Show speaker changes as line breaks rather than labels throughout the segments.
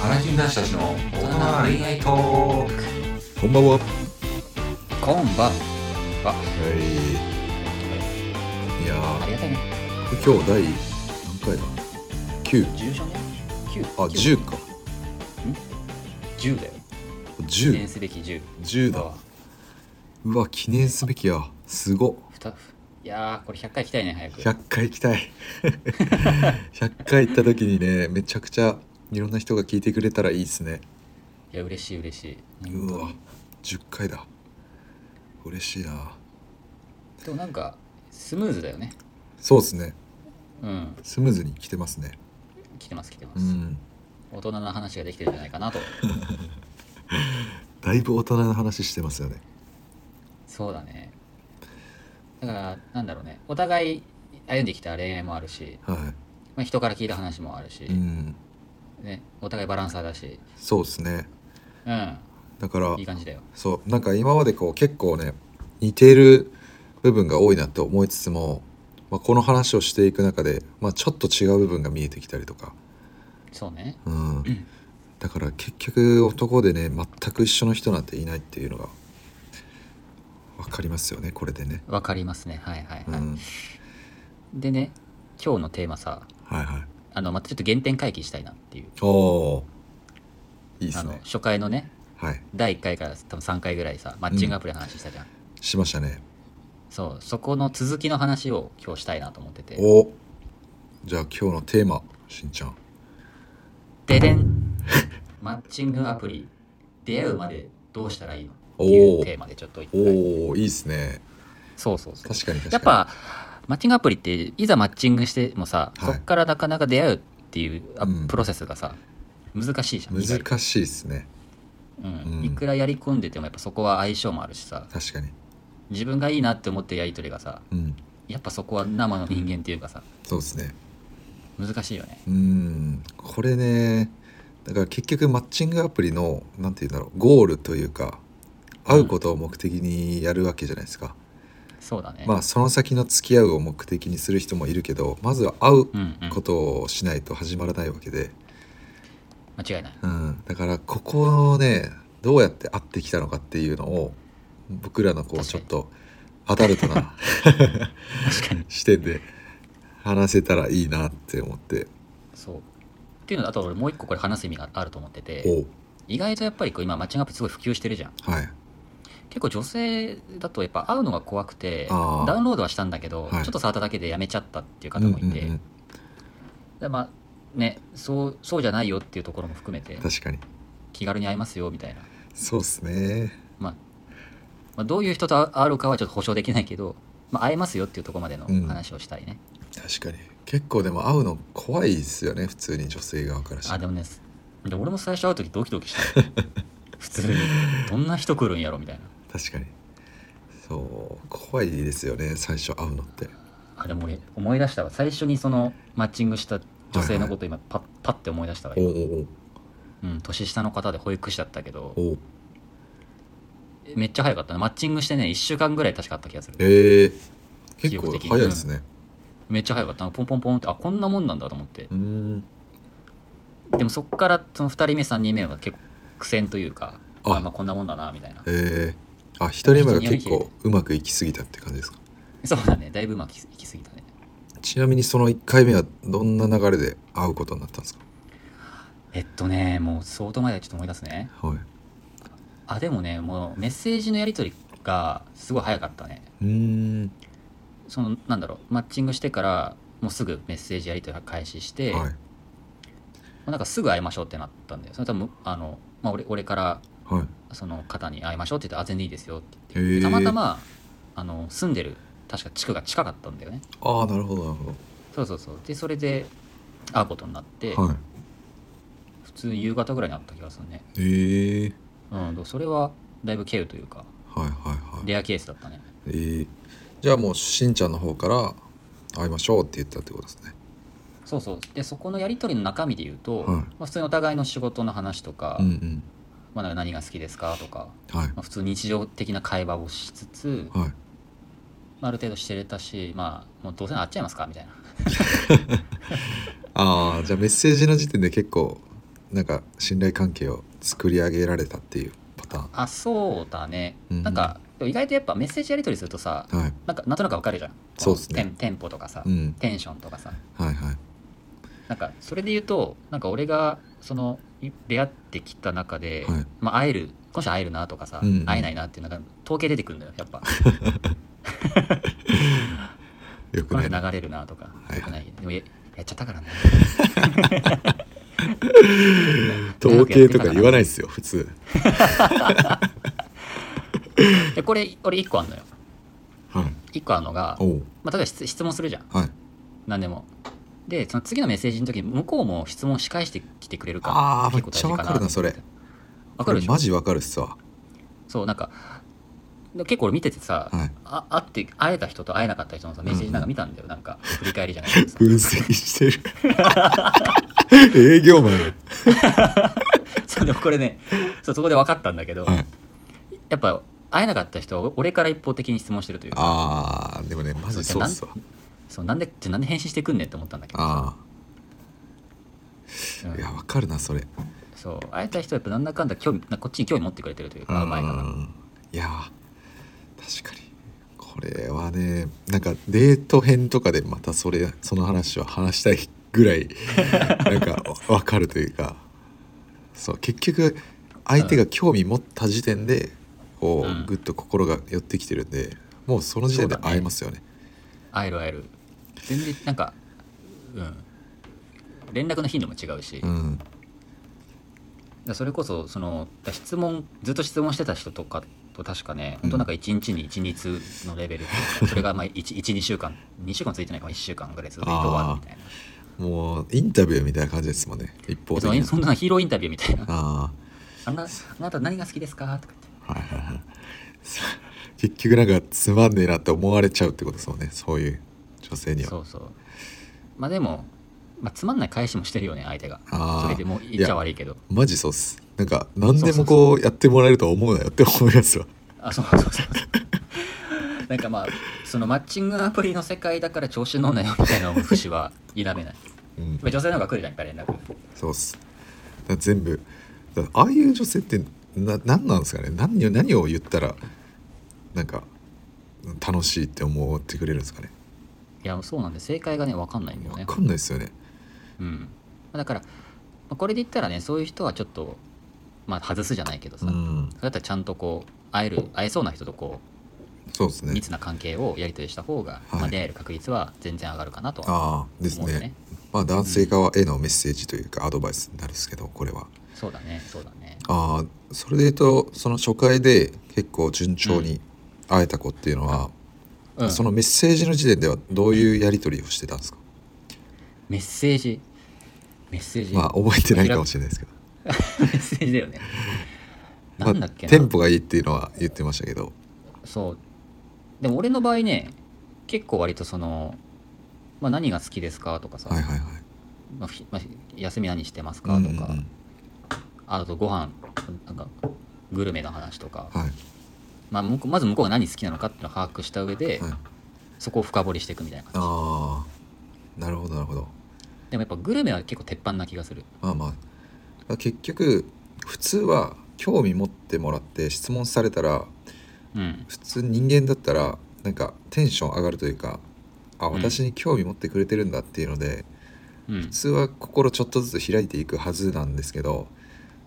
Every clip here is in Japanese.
花金男子たちの大人の恋愛トーク
こんばんは。は。
こんばんはい
いや
ありがたいね
ー、今日第何回だ ?9。
住所ね9
あ、10か。
10だよ記念
10。
すべき10
10だ。うわ、記念すべきや。すごっ。
ふたいやーこれ100回来たいね早く
100回行きたい。100回行った時にね、めちゃくちゃいろんな人が聞いてくれたらいいですね。
いや嬉しい嬉しい、
うわ、10回だ。嬉しいな。
でもなんかスムーズだよね
そうですね。
うん
スムーズに来てますね。
来てます来てま
う
す、
ん。
大人の話ができてるんじゃない かなと
だいぶ大人の話してますよね。
そうだねだからなんだろうねお互い歩んできた恋愛もあるし、
は
まあ、人から聞いた話もあるし、
い。うん。
ね、お互いバランサーだし
そうですね。
うん
だから
いい感じだよ
そうなんか今までこう結構ね似てる部分が多いなって思いつつも、まあ、この話をしていく中で、まあ、ちょっと違う部分が見えてきたりとか、
そうね
うん、だから結局男でね全く一緒の人なんていないっていうのが分かりますよねこれでね。
わかりますねはいはい
うん
はい、でね今日のテーマさ
はいはい、
あのまたちょっと原点回帰したいなっていう
おおいいで
あ
す
の
ね。
初回のね
はい
第1回から多分3回ぐらいさマッチングアプリの話したじゃん、
しましたね。
そうそこの続きの話を今日したいなと思ってて
おじゃあ今日のテーマしんちゃん。
ででん マッチングアプリ出会うまでどうしたらいいのって
お
い
お
うテーマでちょっと一回
おおいいですね。
そうそうそう
確かに確かに。
やっぱマッチングアプリっていざマッチングしてもさ、
はい
そっからなかなか出会うっていうあ
うん
プロセスがさ、難しいじゃん意外と
難しいですね
うん
うん
いくらやり込んでてもやっぱそこは相性もあるしさ
確かに
自分がいいなって思ってるやり取りがさ
うん
やっぱそこは生の人間っていうかさ
そうですね
難しいよね
うんこれねだから結局マッチングアプリのなんて言うんだろうゴールというか会うことを目的にやるわけじゃないですか、
そうだね、
まあその先の付き合うを目的にする人もいるけどまずは会う
うんうん、
ことをしないと始まらないわけで、
間違いない
うん、だからここをねどうやって会ってきたのかっていうのを僕らのこう
確
ち
か
ょっ
に
とアダルトな
確かに
視点で話せたらいいなって思って
そうっていうのとあと俺もう一個これ話す意味があると思ってて
お
意外とやっぱりこう今マッチングアプリすごい普及してるじゃん
はい
結構女性だとやっぱ会うのが怖くて
あー
ダウンロードはしたんだけど、
はい
ちょっと触っただけでやめちゃったっていう方もいて、
うんうんうん
でまあねそうそうじゃないよっていうところも含めて
確かに
気軽に会いますよみたいな、
そうですね
まあ、まあどういう人と会うかはちょっと保証できないけど、まあ、会えますよっていうところまでの
うん
話をしたいね、
確かに結構でも会うの怖いですよね普通に女性側からし
あ
て
でもねすで俺も最初会う時ドキドキし たよ普通にどんな人来るんやろみたいな
確かにそう怖いですよね最初会うのって
あでも俺思い出したわ最初にそのマッチングした女性のこと今パッパッて思い出したわ、
おう
うん、年下の方で保育士だったけど
おうおう
めっちゃ早かったねマッチングしてね1週間ぐらい確かあった気がする
えー、結
記憶
構
的に
早いですね
めっちゃ早かったポンポンポンってあこんなもんなんだと思って
うーん
でもそっからその2人目3人目は結構苦戦というか
あ
あまあこんなもんだなみたいな
えー、あ一人目が結構うまくいきすぎたって感じですか
そうだねだいぶうまくいきすぎたね
ちなみにその1回目はどんな流れで会うことになったんですか
えっとねもう相当前だちょっと思い出すね
はい
あでもねもうメッセージのやり取りがすごい早かったね
うーん
そのなんだろうマッチングしてからもうすぐメッセージやり取りが開始して、も
はいう
なんかすぐ会いましょうってなったんだよそれ多分あの、まあ、俺俺から
はい
その方に会いましょうって言ってあ全然いいですよって
え
言って
ー、
たまたまあの住んでる確か地区が近かったんだよね
ああなるほどなるほ
そうそうそうでそれで会うことになって、
どはい
普通に夕方ぐらいに会った気がするね
えー、
うんでもそれはだいぶ経由というか
はいはいはい
レアケースだったね
えーじゃあもうしんちゃんの方から会いましょうって言ったってことですね
そうそうでそこのやり取りの中身で言うと、
はい
まあ、普通にお互いの仕事の話とか,、
うん
まあ、なんか何が好きですかとか、
うんはい
まあ、普通に日常的な会話をしつつ、ま
はい
あ、ある程度してれたし、まあ、もうどうせ会っちゃいますかみたいな
ああじゃあメッセージの時点で結構なんか信頼関係を作り上げられたっていうパター
あそうだね、
うん
なんかでも意外とやっぱメッセージやり取りするとさ
ンはい
なんかなんとなくわかるじゃん
そうっすね
テンテンポとかさ、
うん
テンションとかさ
はいはい
なんかそれで言うとなんか俺がそのい出会ってきた中で、
はい
まあ、会える今週会えるなとかさ、
うんうん
会えないなっていうなんか統計出てくるんだよやっぱ
よく
この
ない
人
な
流れるなとか、
はいはい
良くないでもややっちゃったからね
統計とか言わないですよ普通
でこれ俺1個あんのよ
はい
1個あんのが
お、う
まあ、例えば質質問するじゃん
はい
何でもでその次のメッセージの時に向こうも質問し返してきてくれるから
あーめ
結
っちゃ
構大事
わ
か
か
な
るなそれ
わかるでしょ
マジわかるっすわ
そうなんかで結構俺見ててさ、
はい
あ会って会えた人と会えなかった人のさメッセージなんか見たんだよ、なんか振り返りじゃないけど さ
分析してる 営業マン
そうでもこれねそうそこで分かったんだけど、
はい
やっぱ会えなかった人は俺から一方的に質問してるというか
あーでもねマジそうっすわ
そうなんでじゃあなんで返信してくんねんって思ったんだけどさ
あ
う
あ
ん
いやわかるなそれ
そう会えた人はやっぱなんだかんだ興味なんかこっちに興味持ってくれてるというか前から
うんいやー確かにこれはねなんかデート編とかでまたそれその話は話したいぐ らいなんかわかるというかそう結局相手が興味持った時点でこ
うん
うぐっと心が寄ってきてるんでもうその時点で
そうだね
会えますよね
会える会える全然なんかうん連絡の頻度も違うし、
う
だか
ん
らそれこそそのだから質問ずっと質問してた人とかと確かね、
うん
本当なんか1日に1日のレベル でそれがまあ12週間2週間ついてないかも1週間ぐらいずっと終わるみたいな
もうインタビューみたいな感じですもんね一方的
そ
に
うそんなヒーローインタビューみたいな
あ
あなあなた何が好きですかとか言って
あはいはいはい 結局なんかつまんねえなって思われちゃうってことですもんねそういう女性には
そうそうまあでも、まあ、つまんない返しもしてるよね相手が
あー
それでもう言っちゃ悪いけど
マジそうっすなんか何でもこうやってもらえるとは思うなよって思いますわ
あそうそうそうそう なんかまあそのマッチングアプリの世界だから調子乗んなよみたいな節は否め ない
うん
まあ女性の方が来るじゃんか連絡
そうっすだから全部だからああいう女性ってな何なんですかね何を何を言ったらなんか楽しいって思ってくれるんですかね
いやそうなんで正解がね分かんないんだよ
分
ね
かんないですよね
うんまあだから、まあこれで言ったらねそういう人はちょっとまあ外すじゃないけどさ、
うん
それだったらちゃんとこう会える会えそうな人とこ
そうです
う
ね
密な関係をやり取りした方が、
はい
まあ、出会える確率は全然上がるかなと
あ
は
あです
思うよ
ね
ね
まあ男性側へのメッセージというかアドバイスになるんですけどこれは
そうだねそうだね
ああそれで言うとその初回で結構順調に会えた子っていうのは、
うん
そのメッセージの時点ではどういうやり取りをしてたんですか、
メッセージメッセージ、
まあ覚えてないかもしれないですけど、
メッセージだよね。
ま
な
あ
んだっけ
テ
な、
ンポがいいっていうのは言ってましたけど
そう。でも俺の場合ね、結構割とその、まあ、何が好きですかとかさ、
はいはいはい
まあひまあ休み何してますか
う
と
んうんうん
か、あとご飯なんかグルメの話とか、
はい
まあ、向こうまず向こうが何好きなのかっていうのを把握した上で、
はい
そこを深掘りしていくみたいな感じ。
ああなるほどなるほど
でもやっぱグルメは結構鉄板な気がする。
まあまあ結局普通は興味持ってもらって質問されたら
うん。
普通人間だったらなんかテンション上がるというかあ
うん
私に興味持ってくれてるんだっていうので、
うん
普。通は心ちょっとずつ開いていくはずなんですけど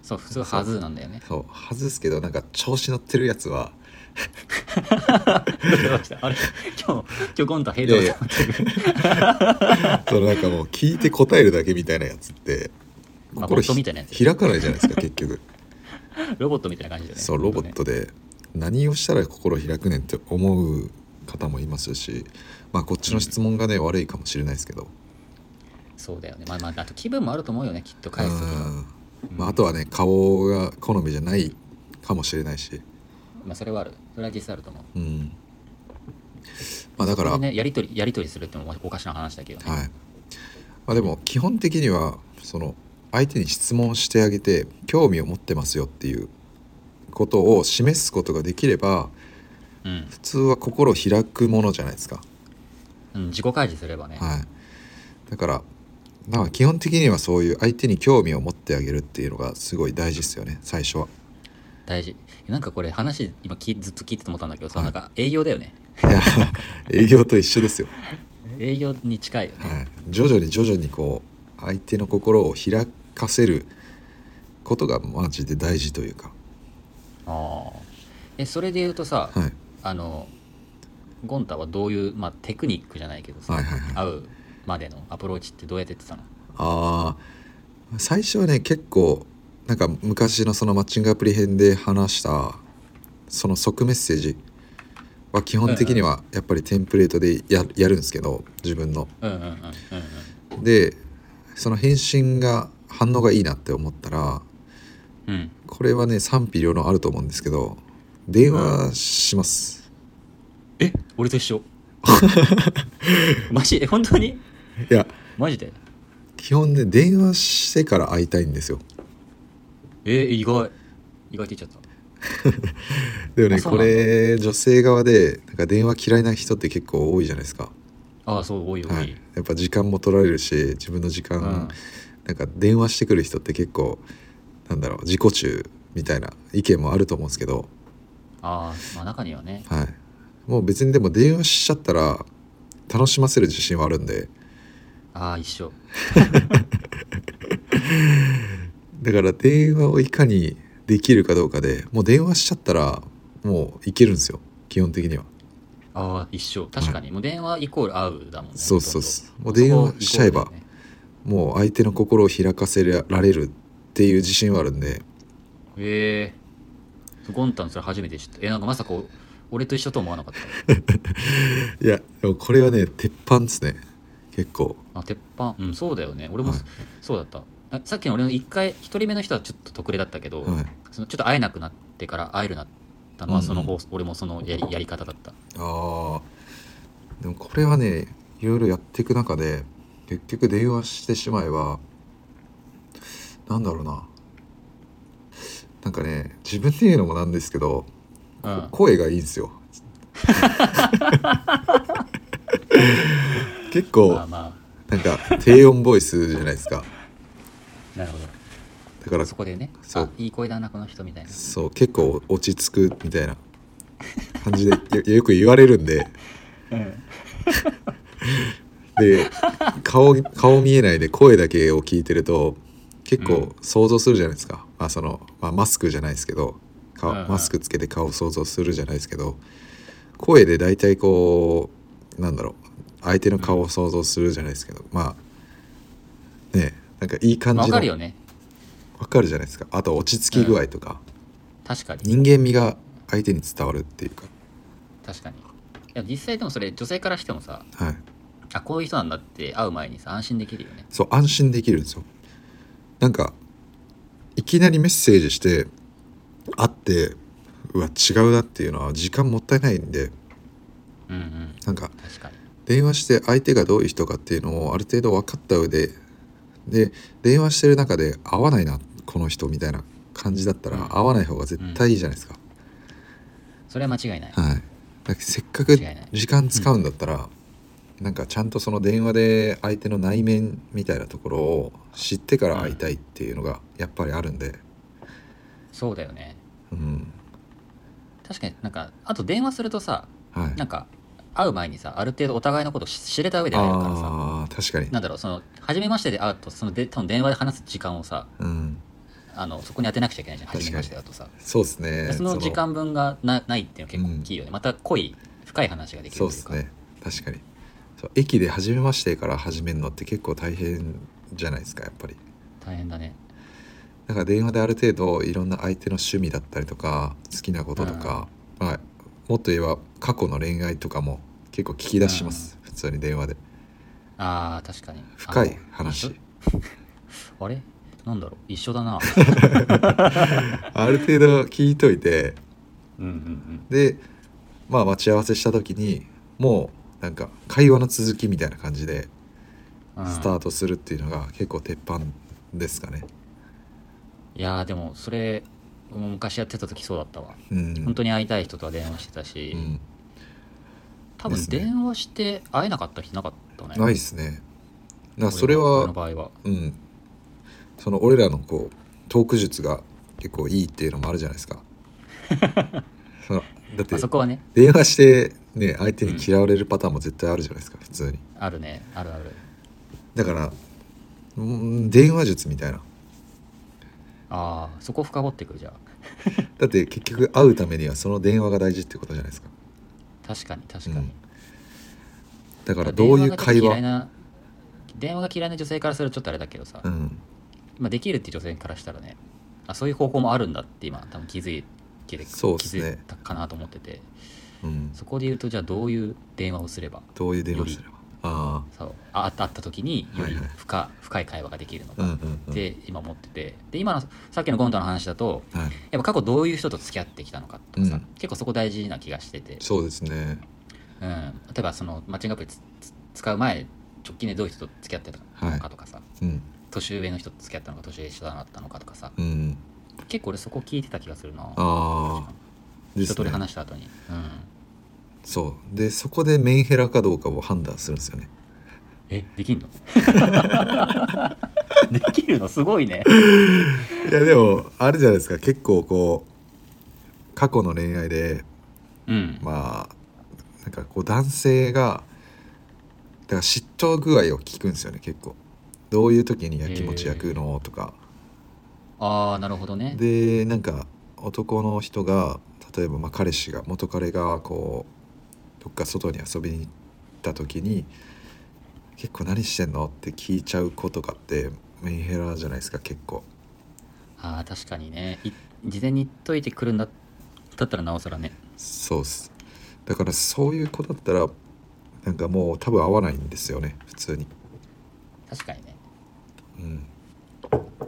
そう、普通はずなんだよね。
そうはずですけどなんか調子乗ってるやつは
どうした あれ今日、今日今度ヘイ
い
ド
やいやそのなんかもう聞いて答えるだけみたいなやつって
まあ
心
ボットみたいなやつ
ひ開かないじゃないですか結 局
ロボットみたいな感じだよね。
そうロボ
ほん
ット
とね
で何をしたら心開くねんって思う方もいますしまあこっちの質問がね、悪いかもしれないですけど
そうだよね。まあまあ、あと気分もあると思うよね、きっと返すとき
う
は。
んまあ、あとはね顔が好みじゃないかもしれないし、
まあ、それはある。それは実際あると思
う
う。
ん、まあだから、
これね、やりとり、やりとりするってのもおかしな話だけどね。
はいまあ、でも基本的にはその相手に質問してあげて興味を持ってますよっていうことを示すことができれば
うん
普通は心を開くものじゃないですか、
うん。自己開示すればね。
はい、だからだから基本的にはそういう相手に興味を持ってあげるっていうのがすごい大事ですよね最初は
大事なんかこれ話今きずっと聞いてて思ったんだけどさ、
はい
なんか営業だよね
いや営業と一緒ですよ、
営業に近いよね、
はい、徐々に徐々にこう相手の心を開かせることがマジで大事というか
ああえそれで言うとさ、
はい
あのゴンタはどういう、まあ、テクニックじゃないけどさ、
はいはいはい
会うまでのアプローチってどうやってやってたの
あー最初はね結構なんか昔のそのマッチングアプリ編で話したその即メッセージは基本的にはやっぱりテンプレートでややるんですけど自分の。
うんうんうんうんうん
でその返信が反応がいいなって思ったら
うん
これはね賛否両論あると思うんですけど電話します。
え俺と一緒 マジえ本当に
いや
マジで
基本ね電話してから会いたいんですよ。
えー意外意外って言っちゃった
でもね
あそう
こ
なんだ
れ女性側でなんか電話嫌いな人って結構多いじゃないですか。
ああそう多い多い、
はい、やっぱ時間も取られるし自分の時間、
うん
なんか電話してくる人って結構なんだろう自己中みたいな意見もあると思うんですけど、
ああまあ中にはね
はい、もう別にでも電話しちゃったら楽しませる自信はあるんで
ああ一緒
だから電話をいかにできるかどうかでもう電話しちゃったらもういけるんですよ基本的には、
ああ一緒確かに、もう電話イコール会うだもんね
そうそうそう
ほとんど
もう電話しちゃえば
そこイコールだよね
もう相手の心を開かせられるっていう自信はあるんで
ええゴンタンそれ初めて知ったえなんかまさかお俺と一緒と思わなかった
いやでもこれはね鉄板ですね結構
あ鉄板うんそうだよね俺も、
はい
そうだったあさっきの俺の1回1人目の人はちょっと特例だったけど、
はい
そのちょっと会えなくなってから会えるなったのはその
うんう
方、俺もそのやりやり方だった
ああでもこれはねいろいろやっていく中で結局電話してしまえばなんだろうななんかね自分で言うのもなんですけど、
うん
声がいいんですよ結
まあ
構
ま
なんか低音ボイスじゃないですか
あなるほど
だから
そこでね
そう
あいい声だなこの人みたいな
そう結構落ち着くみたいな感じでよよく言われるんで、で顔顔見えないで声だけを聞いてると結構想像するじゃないですか、まあそのまあ、マスクじゃないですけど顔
うんうん
マスクつけて顔を想像するじゃないですけど声で大体こうなんだろう相手の顔を想像するじゃないですけど、まあねえなんかいい感じ
まあ
の
わかるよね
わかるじゃないですかあと落ち着き具合とか。
確かに
人間味が相手に伝わるっていうか、
確かにいや実際でもそれ女性からしてもさ
はい、
あこういう人なんだって会う前にさ安心できるよね
そう安心できるんですよなんかいきなりメッセージして会ってうわ違うなっていうのは時間もったいないんで
うんうん
なんか
確かに
電話して相手がどういう人かっていうのをある程度分かった上でで電話してる中で合わないなこの人みたいな感じだった
うん
ら合わない方が絶対いいじゃないですか、
それは間違いな
は
い
い、だからせっかく
間違いない
時間使うんだったら、なんかちゃんとその電話で相手の内面みたいなところを知ってから会いたいっていうのがやっぱりあるんで、
そうだよね
うん
確かになんかあと電話するとさ
はい、
なんか会う前にさある程度お互いのことし知れた上で会えるからさ
ああ確かに、
なんだろうその初めましてで会うとそので多分電話で話す時間をさ
うん、
あのそこに当てなくちゃいけないじゃん
確
初
かに
めましてだとさ
そうですね
その時間分がなないっていうのは結構大きいよね、また濃い深い話ができる
そ
と
の
いうか
そうですね確かにそう駅で初めましてから始めるのって結構大変じゃないですかやっぱり
大変だね
だから電話である程度いろんな相手の趣味だったりとか好きなこととか、まあ、もっと言えば過去の恋愛とかも結構聞き出します、普通に電話で
あー確かに
深い
あ
話
一緒あれなんだろう一緒だ な
ある程度聞いといて
うんうんうん
でまあ待ち合わせした時にもうなんか会話の続きみたいな感じで
うん
スタートするっていうのが結構鉄板ですかね、
いやーでもそれもう昔やってた時そうだったわ
うん、
本当に会いたい人とは電話してたし、
うん、
多分
ですね
電話して会えなかった日なかったね
ないですねからそれは
俺の場合は
うん、その俺らのこうトーク術が結構いいっていうのもあるじゃないです かそのだって
あそこはね
電話してね相手に嫌われるパターンも絶対あるじゃないですか普通に
あるねあるある
だからうん電話術みたいな
ああそこ深掘ってくるじゃあ
だって結局会うためにはその電話が大事ってことじゃないですか
確かに確かに、
だからどういう会
電が嫌
話
いな電話が嫌いな女性からするとちょっとあれだけどさ、
うん
まあ、できるって女性からしたらねあそういう方法もあるんだって今多分気づいて
そうっすね
気づいたかなと思ってて
うん
そこで言うとじゃあどういう電話をすれば
どういう電話すればあ
そうああった時により
はいはい
深,、深い会話ができるの
あう
か
んうんう
っ
ん
て今思っててで今のさっきのゴンタの話だと
はい
やっぱ過去どういう人と付き合ってきたのかとかさ、
うん
結構そこ大事な気がしてて、
そうですね
うん、例えばそのマッチングアプリつつ使う前直近でどういう人と付き合ってたのかとかさ、
うん
年上の人と付き合ったのか年上下だったのかとかさ
うん
結構俺そこ聞いてた気がするな
ああ
一通り話した後に、うん、
そうでそこでメンヘラかどうかを判断するんですよね
えできん のできるのすごいね
いやでもあれじゃないですか結構こう過去の恋愛で
うん
まあなんかこう男性がだから嫉妬具合を聞くんですよね結構どういう時にやきもち焼くのとか
ああなるほどね
でなんか男の人が例えばまあ彼氏が元彼がこうどっか外に遊びに行った時に「結構何してんの?」って聞いちゃう子とかってメンヘラじゃないですか結構
ああ確かにねい事前に言っといてくるんだだったらなおさらね
そうっすだからそういう子だったらなんかもう多分合わないんですよね普通に
確かにね
うん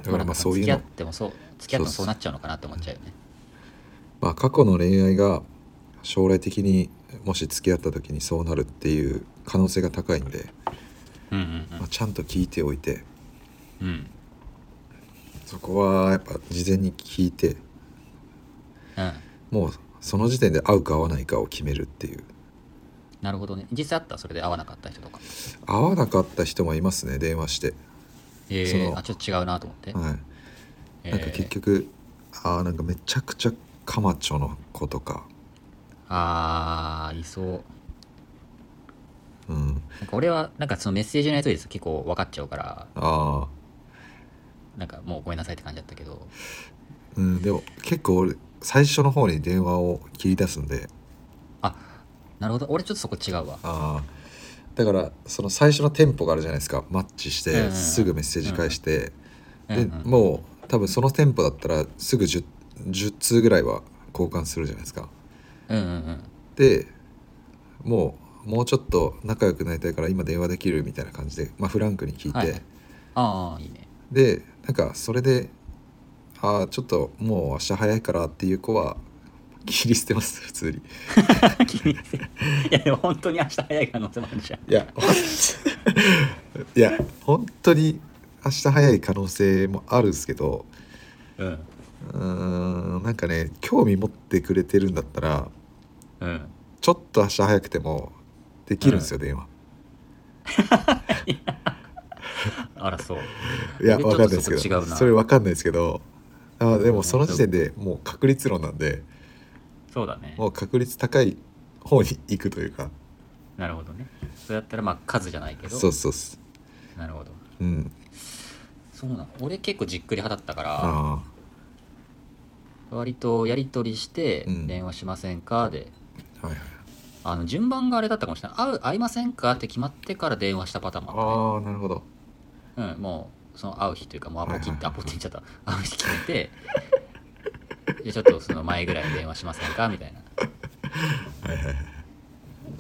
だからまあそう
付
いう
き合
の
ってもそう付き合ってもそうなっちゃうのかなって思っちゃうよね
まあ過去の恋愛が将来的にもし付き合った時にそうなるっていう可能性が高いんで、
うん
まあ、ちゃんと聞いておいて
うんうんうん
そこはやっぱ事前に聞いて
うん
もうその時点で合うか合わないかを決めるっていう
なるほどね実際あったそれで会わなかった人とか
合わなかった人もいますね電話して、
え
そ
ー、
の
あちょっと違うなと思って、
はい、
えー
なんか結局、ああなんかめちゃくちゃカマチョの子とか、
ああいそう
うん、
なんか俺はなんかそのメッセージのやつです結構分かっちゃうから
ああ、
なんかもうごめんなさいって感じだったけど
うん、でも結構俺最初の方に電話を切り出すんで
あなるほど俺ちょっとそこ違うわ
ああだからその最初のテンポがあるじゃないですかマッチし
うんう
て
ん
すぐメッセージ返して、
うんうん
でもう多分そのテンポだったらすぐ 10, 10通ぐらいは交換するじゃないですか
うんうんうん
でもうもうちょっと仲良くなりたいから今電話できるみたいな感じで、まあ、フランクに聞いて、
はいはいああい いね
でなんかそれで「ああちょっともう明日早いから」っていう子は切り捨てます普通に
気にせいやでも本当に明日早い可能性もあるじゃん
いやほん いや本当に明日早い可能性もあるんですけど
うん
うーんなんかね興味持ってくれてるんだったら
うん
ちょっと明日早くてもできるんですよ、電話
あらそう
いや
え
わかんないですけ
ちょ
ど
っとそこ違うな
それわかんないですけどあーで
う
も
ん
その時点でもう確率論なんで
そうだね
もう確率高い方に行くというか
なるほどねそれだったらまあ数じゃないけど
そうそうそう
なるほど
うん
そうなの俺結構じっくり派だったから
あ
割とやり取りして
うん
「電話しませんか?」で、
あはいはい
あの順番があれだったかもしれない「会う会いませんか?」って決まってから電話したパターンもあった
あ
ね
あなるほど
うん、もうその会う日というかもうアポ切っ
はいはい
て、
はい
アポって言っちゃった会う日決めて でちょっとその前ぐらいに電話しませんかみたいな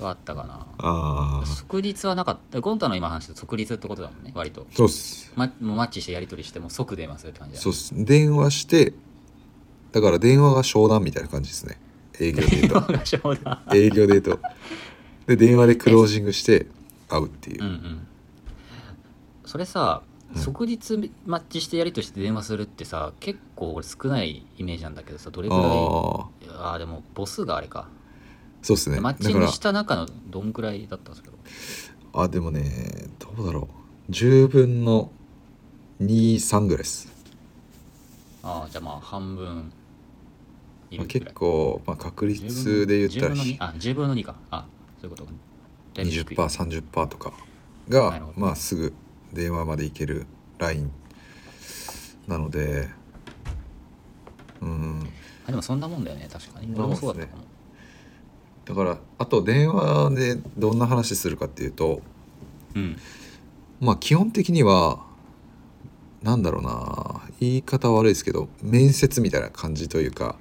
はあったかな
ああ
即日はなかったゴンタの今話で即日ってことだもんね割と、
そうっす
ま、もうマッチしてやり取りしてもう即電話するって感じだ
そうっす電話してだから電話が商談みたいな感じですね営業デー ト
電話が勝 負だ
営業デートで電話でクロージングして会うっていう、
うんうんそれさ
うん
即日マッチしてやり取りして電話するってさ結構俺少ないイメージなんだけどさどれぐらい
ああ
ああでも母数があれか
そうっすね
マ
だ
ッチン
か
グ
ら
した中のどんくらいだったんですけど
あでもねどうだろう10分の23ぐらいです、
ああじゃあまあ半分い
まあ、
るぐらい
結構、まあ、確率で言ったら
10分の2あ10分の2かあそういうことかだいぶ低い
20%30% とか
なる
が
ほ、ど
まあ、すぐ電話まで行けるラインなのでうん
あでもそんなもんだよね確か
そん
に俺
なもん
も
っすね
そうだったかも、
だからあと電話でどんな話するかっていうと
うん
まあ基本的にはなんだろうな言い方悪いですけど面接みたいな感じという か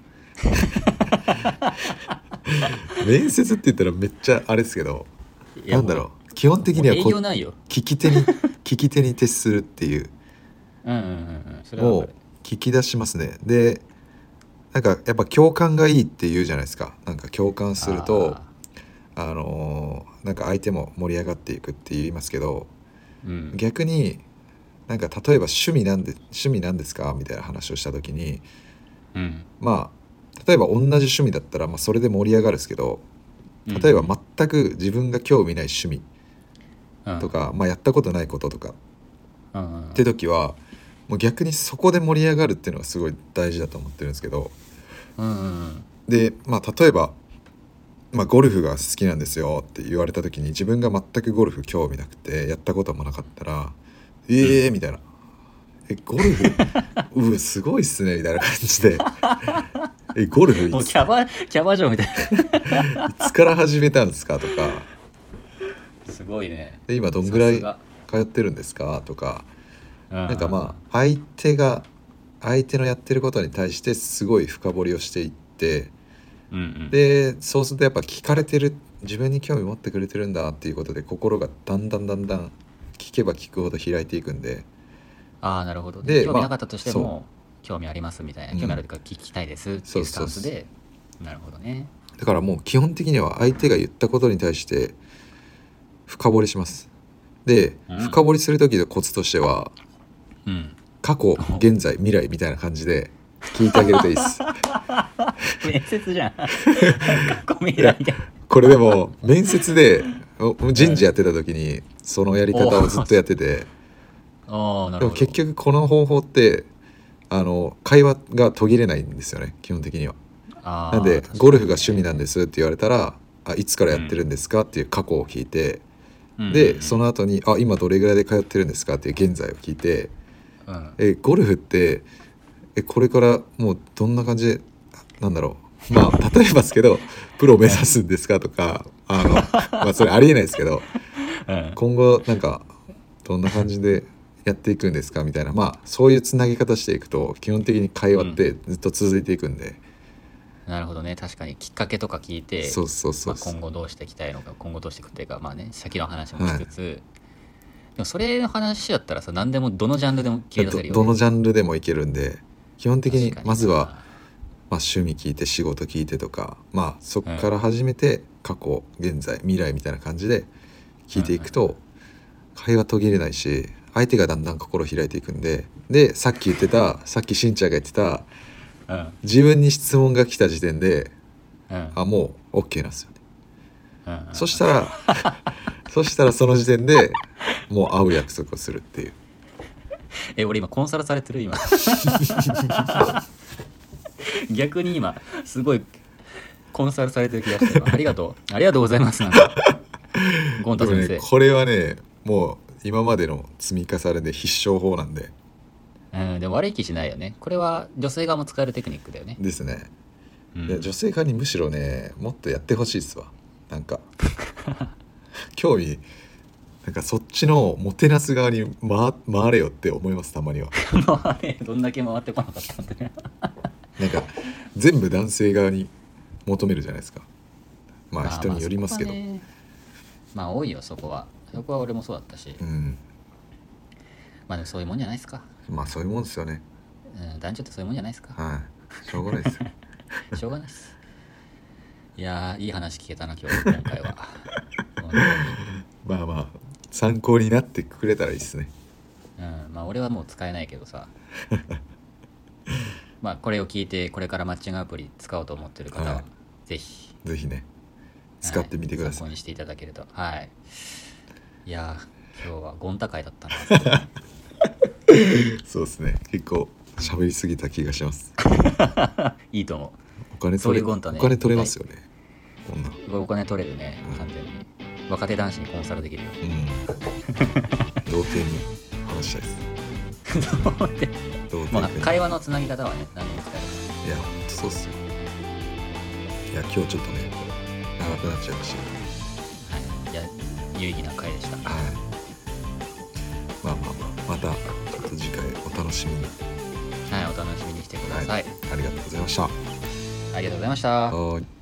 面接って言ったらめっちゃあれですけど
いや
なんだろう基本的には
もう営
こ
業ないよ
聞き 手に聞き手に徹するっていう
うんうんうんうんそれは
を
わかる
聞き出しますねでなんかやっぱ共感がいいって言うじゃないですかなんか共感すると
あ
あのーなんか相手も盛り上がっていくって言いますけど
ーうん
逆になんか例えば趣味なんで趣味なんですかみたいな話をした時に
うん
まあ例えば同じ趣味だったら、まあ、それで盛り上がるんですけど
うん
例えば全く自分が興味ない趣味
うん
とか、まあ、やったことないこととか
うんうんうん
って時はもう逆にそこで盛り上がるっていうのがすごい大事だと思ってるんですけど
うんうん
で、まあ、例えば、まあ、ゴルフが好きなんですよって言われた時に自分が全くゴルフ興味なくてやったこともなかったら「ええー」みたいな「えゴル フうわすごいっすね」みたいな感じで 「えゴルフい
もう
つ
キャバキャバ嬢みたいな
いつから始めたんですか?」とか
すごいね
「で今どんぐらい
さ
通ってるんですか?」とか
すが
なんかまあ相手が相手のやってることに対してすごい深掘りをしていって
あうんうん
でそうするとやっぱ聞かれてる自分に興味持ってくれてるんだっていうことで心がだんだんだんだん聞けば聞くほど開いていくんで
ああなるほど
で
興味なかったとして
まあ
も興味ありますみたいな
うん
興味あるとか聞きたいですって
そ
いうう
そ
ス
うそ
タ
う
ンスでなるほどね
だからもう基本的には相手が言ったことに対して深掘りしますで
うん
深掘りする時のコツとしては
うん
過去現在未来みたいな感じで聞いてあげるといいです
面接 じゃん過去未来で
これでも面接でお人事やってた時にそのやり方をずっとやってて
ああな
で
る
も
ほど
結局この方法ってあの会話が途切れないんですよね基本的には。
あー
なんで
確かに
ゴルフが趣味なんですって言われたら「あいつからやってるんですか?」っていう過去を聞いて、
うん
でその後に「あ今どれぐらいで通ってるんですか?」っていう現在を聞いて
うん
えゴルフってえこれからもうどんな感じでなんだろうまあ例えばですけどプロ目指すんですかとかあの、まあ、それありえないですけど
うん
今後なんかどんな感じでやっていくんですかみたいなまあそういうつなぎ方していくと基本的に会話ってずっと続いていくんで、
なるほどね確かにきっかけとか聞いて
そうそうそ
まあ
うそう、
今後どうしていきたいのか今後どうしていくっていうかまあね先の話もしつつ、でもそれの話だったらさ何でもどのジャンルでも切り出せるよ、ね、
どどのジャンルでもいけるんで基本的に
確かな
まずは、まあ、趣味聞いて仕事聞いてとかまあそこから始めて過去現在未来みたいな感じで聞いていくと会話途切れないし相手がだんだん心開いていくんででさっき言ってたさっきしんちゃんが言ってた
うん
自分に質問が来た時点で
うん
あもう OK なんですよね。
うん、
そしたら そしたらその時点でもう会う約束をするっていう。
え俺今コンサルされてる今 逆に今すごいコンサルされてる気がして今ありがとうありがとうございますな んかゴン
で
タ
も
先生、
ねこれはねもう今までの積み重ねで必勝法なんで
うんでも悪い気しないよねこれは女性側も使えるテクニックだよね、
ですね、
うん
いや女性側にむしろねもっとやってほしいっすわなんか 興味なんかそっちのもてなす側に回回れよって思いますたまには
もうねどんだけ回ってこなかったんだね
なんか全部男性側に求めるじゃないですかまあ
あ
人によりますけど、
まあそこはねまあ多いよそこはそこは俺もそうだったし、
うん
まあでもそういうもんじゃないですか、
まあそういうもんですよね
うん、男女ってそういうもんじゃないですか
はいしょうがないですよ
しょうがないっすいやーいい話聞けたな今日今 回は本当に
まあまあ参考になってくれたらいいですね
うんまあ俺はもう使えないけ どさまあこれを聞いてこれからマッチングアプリ使おうと思ってる方は、
はい
ぜひ
ぜひね使ってみてください
は参考にしていただけるとはいいやー今日はゴンタ会だ ったな
そうですね結構喋りすぎた気がします
いいと思
お金
そう
取れ
いうコントね
お金取れますよね、こんな
うお金取れるね完全に若手男子にコンサルできるよ
うん童貞に話したいです童
まあ
貞会
会話のつなぎ方はね何でも使える
いやほんとそうっすよいや今日ちょっとね長くなっちゃいましたけど
はいいや有意義な会でした
はいまあまあまあまたちょっと次回お楽しみに
はいお楽しみにしてください、
ありがとうございました
ありがとうございました
はーい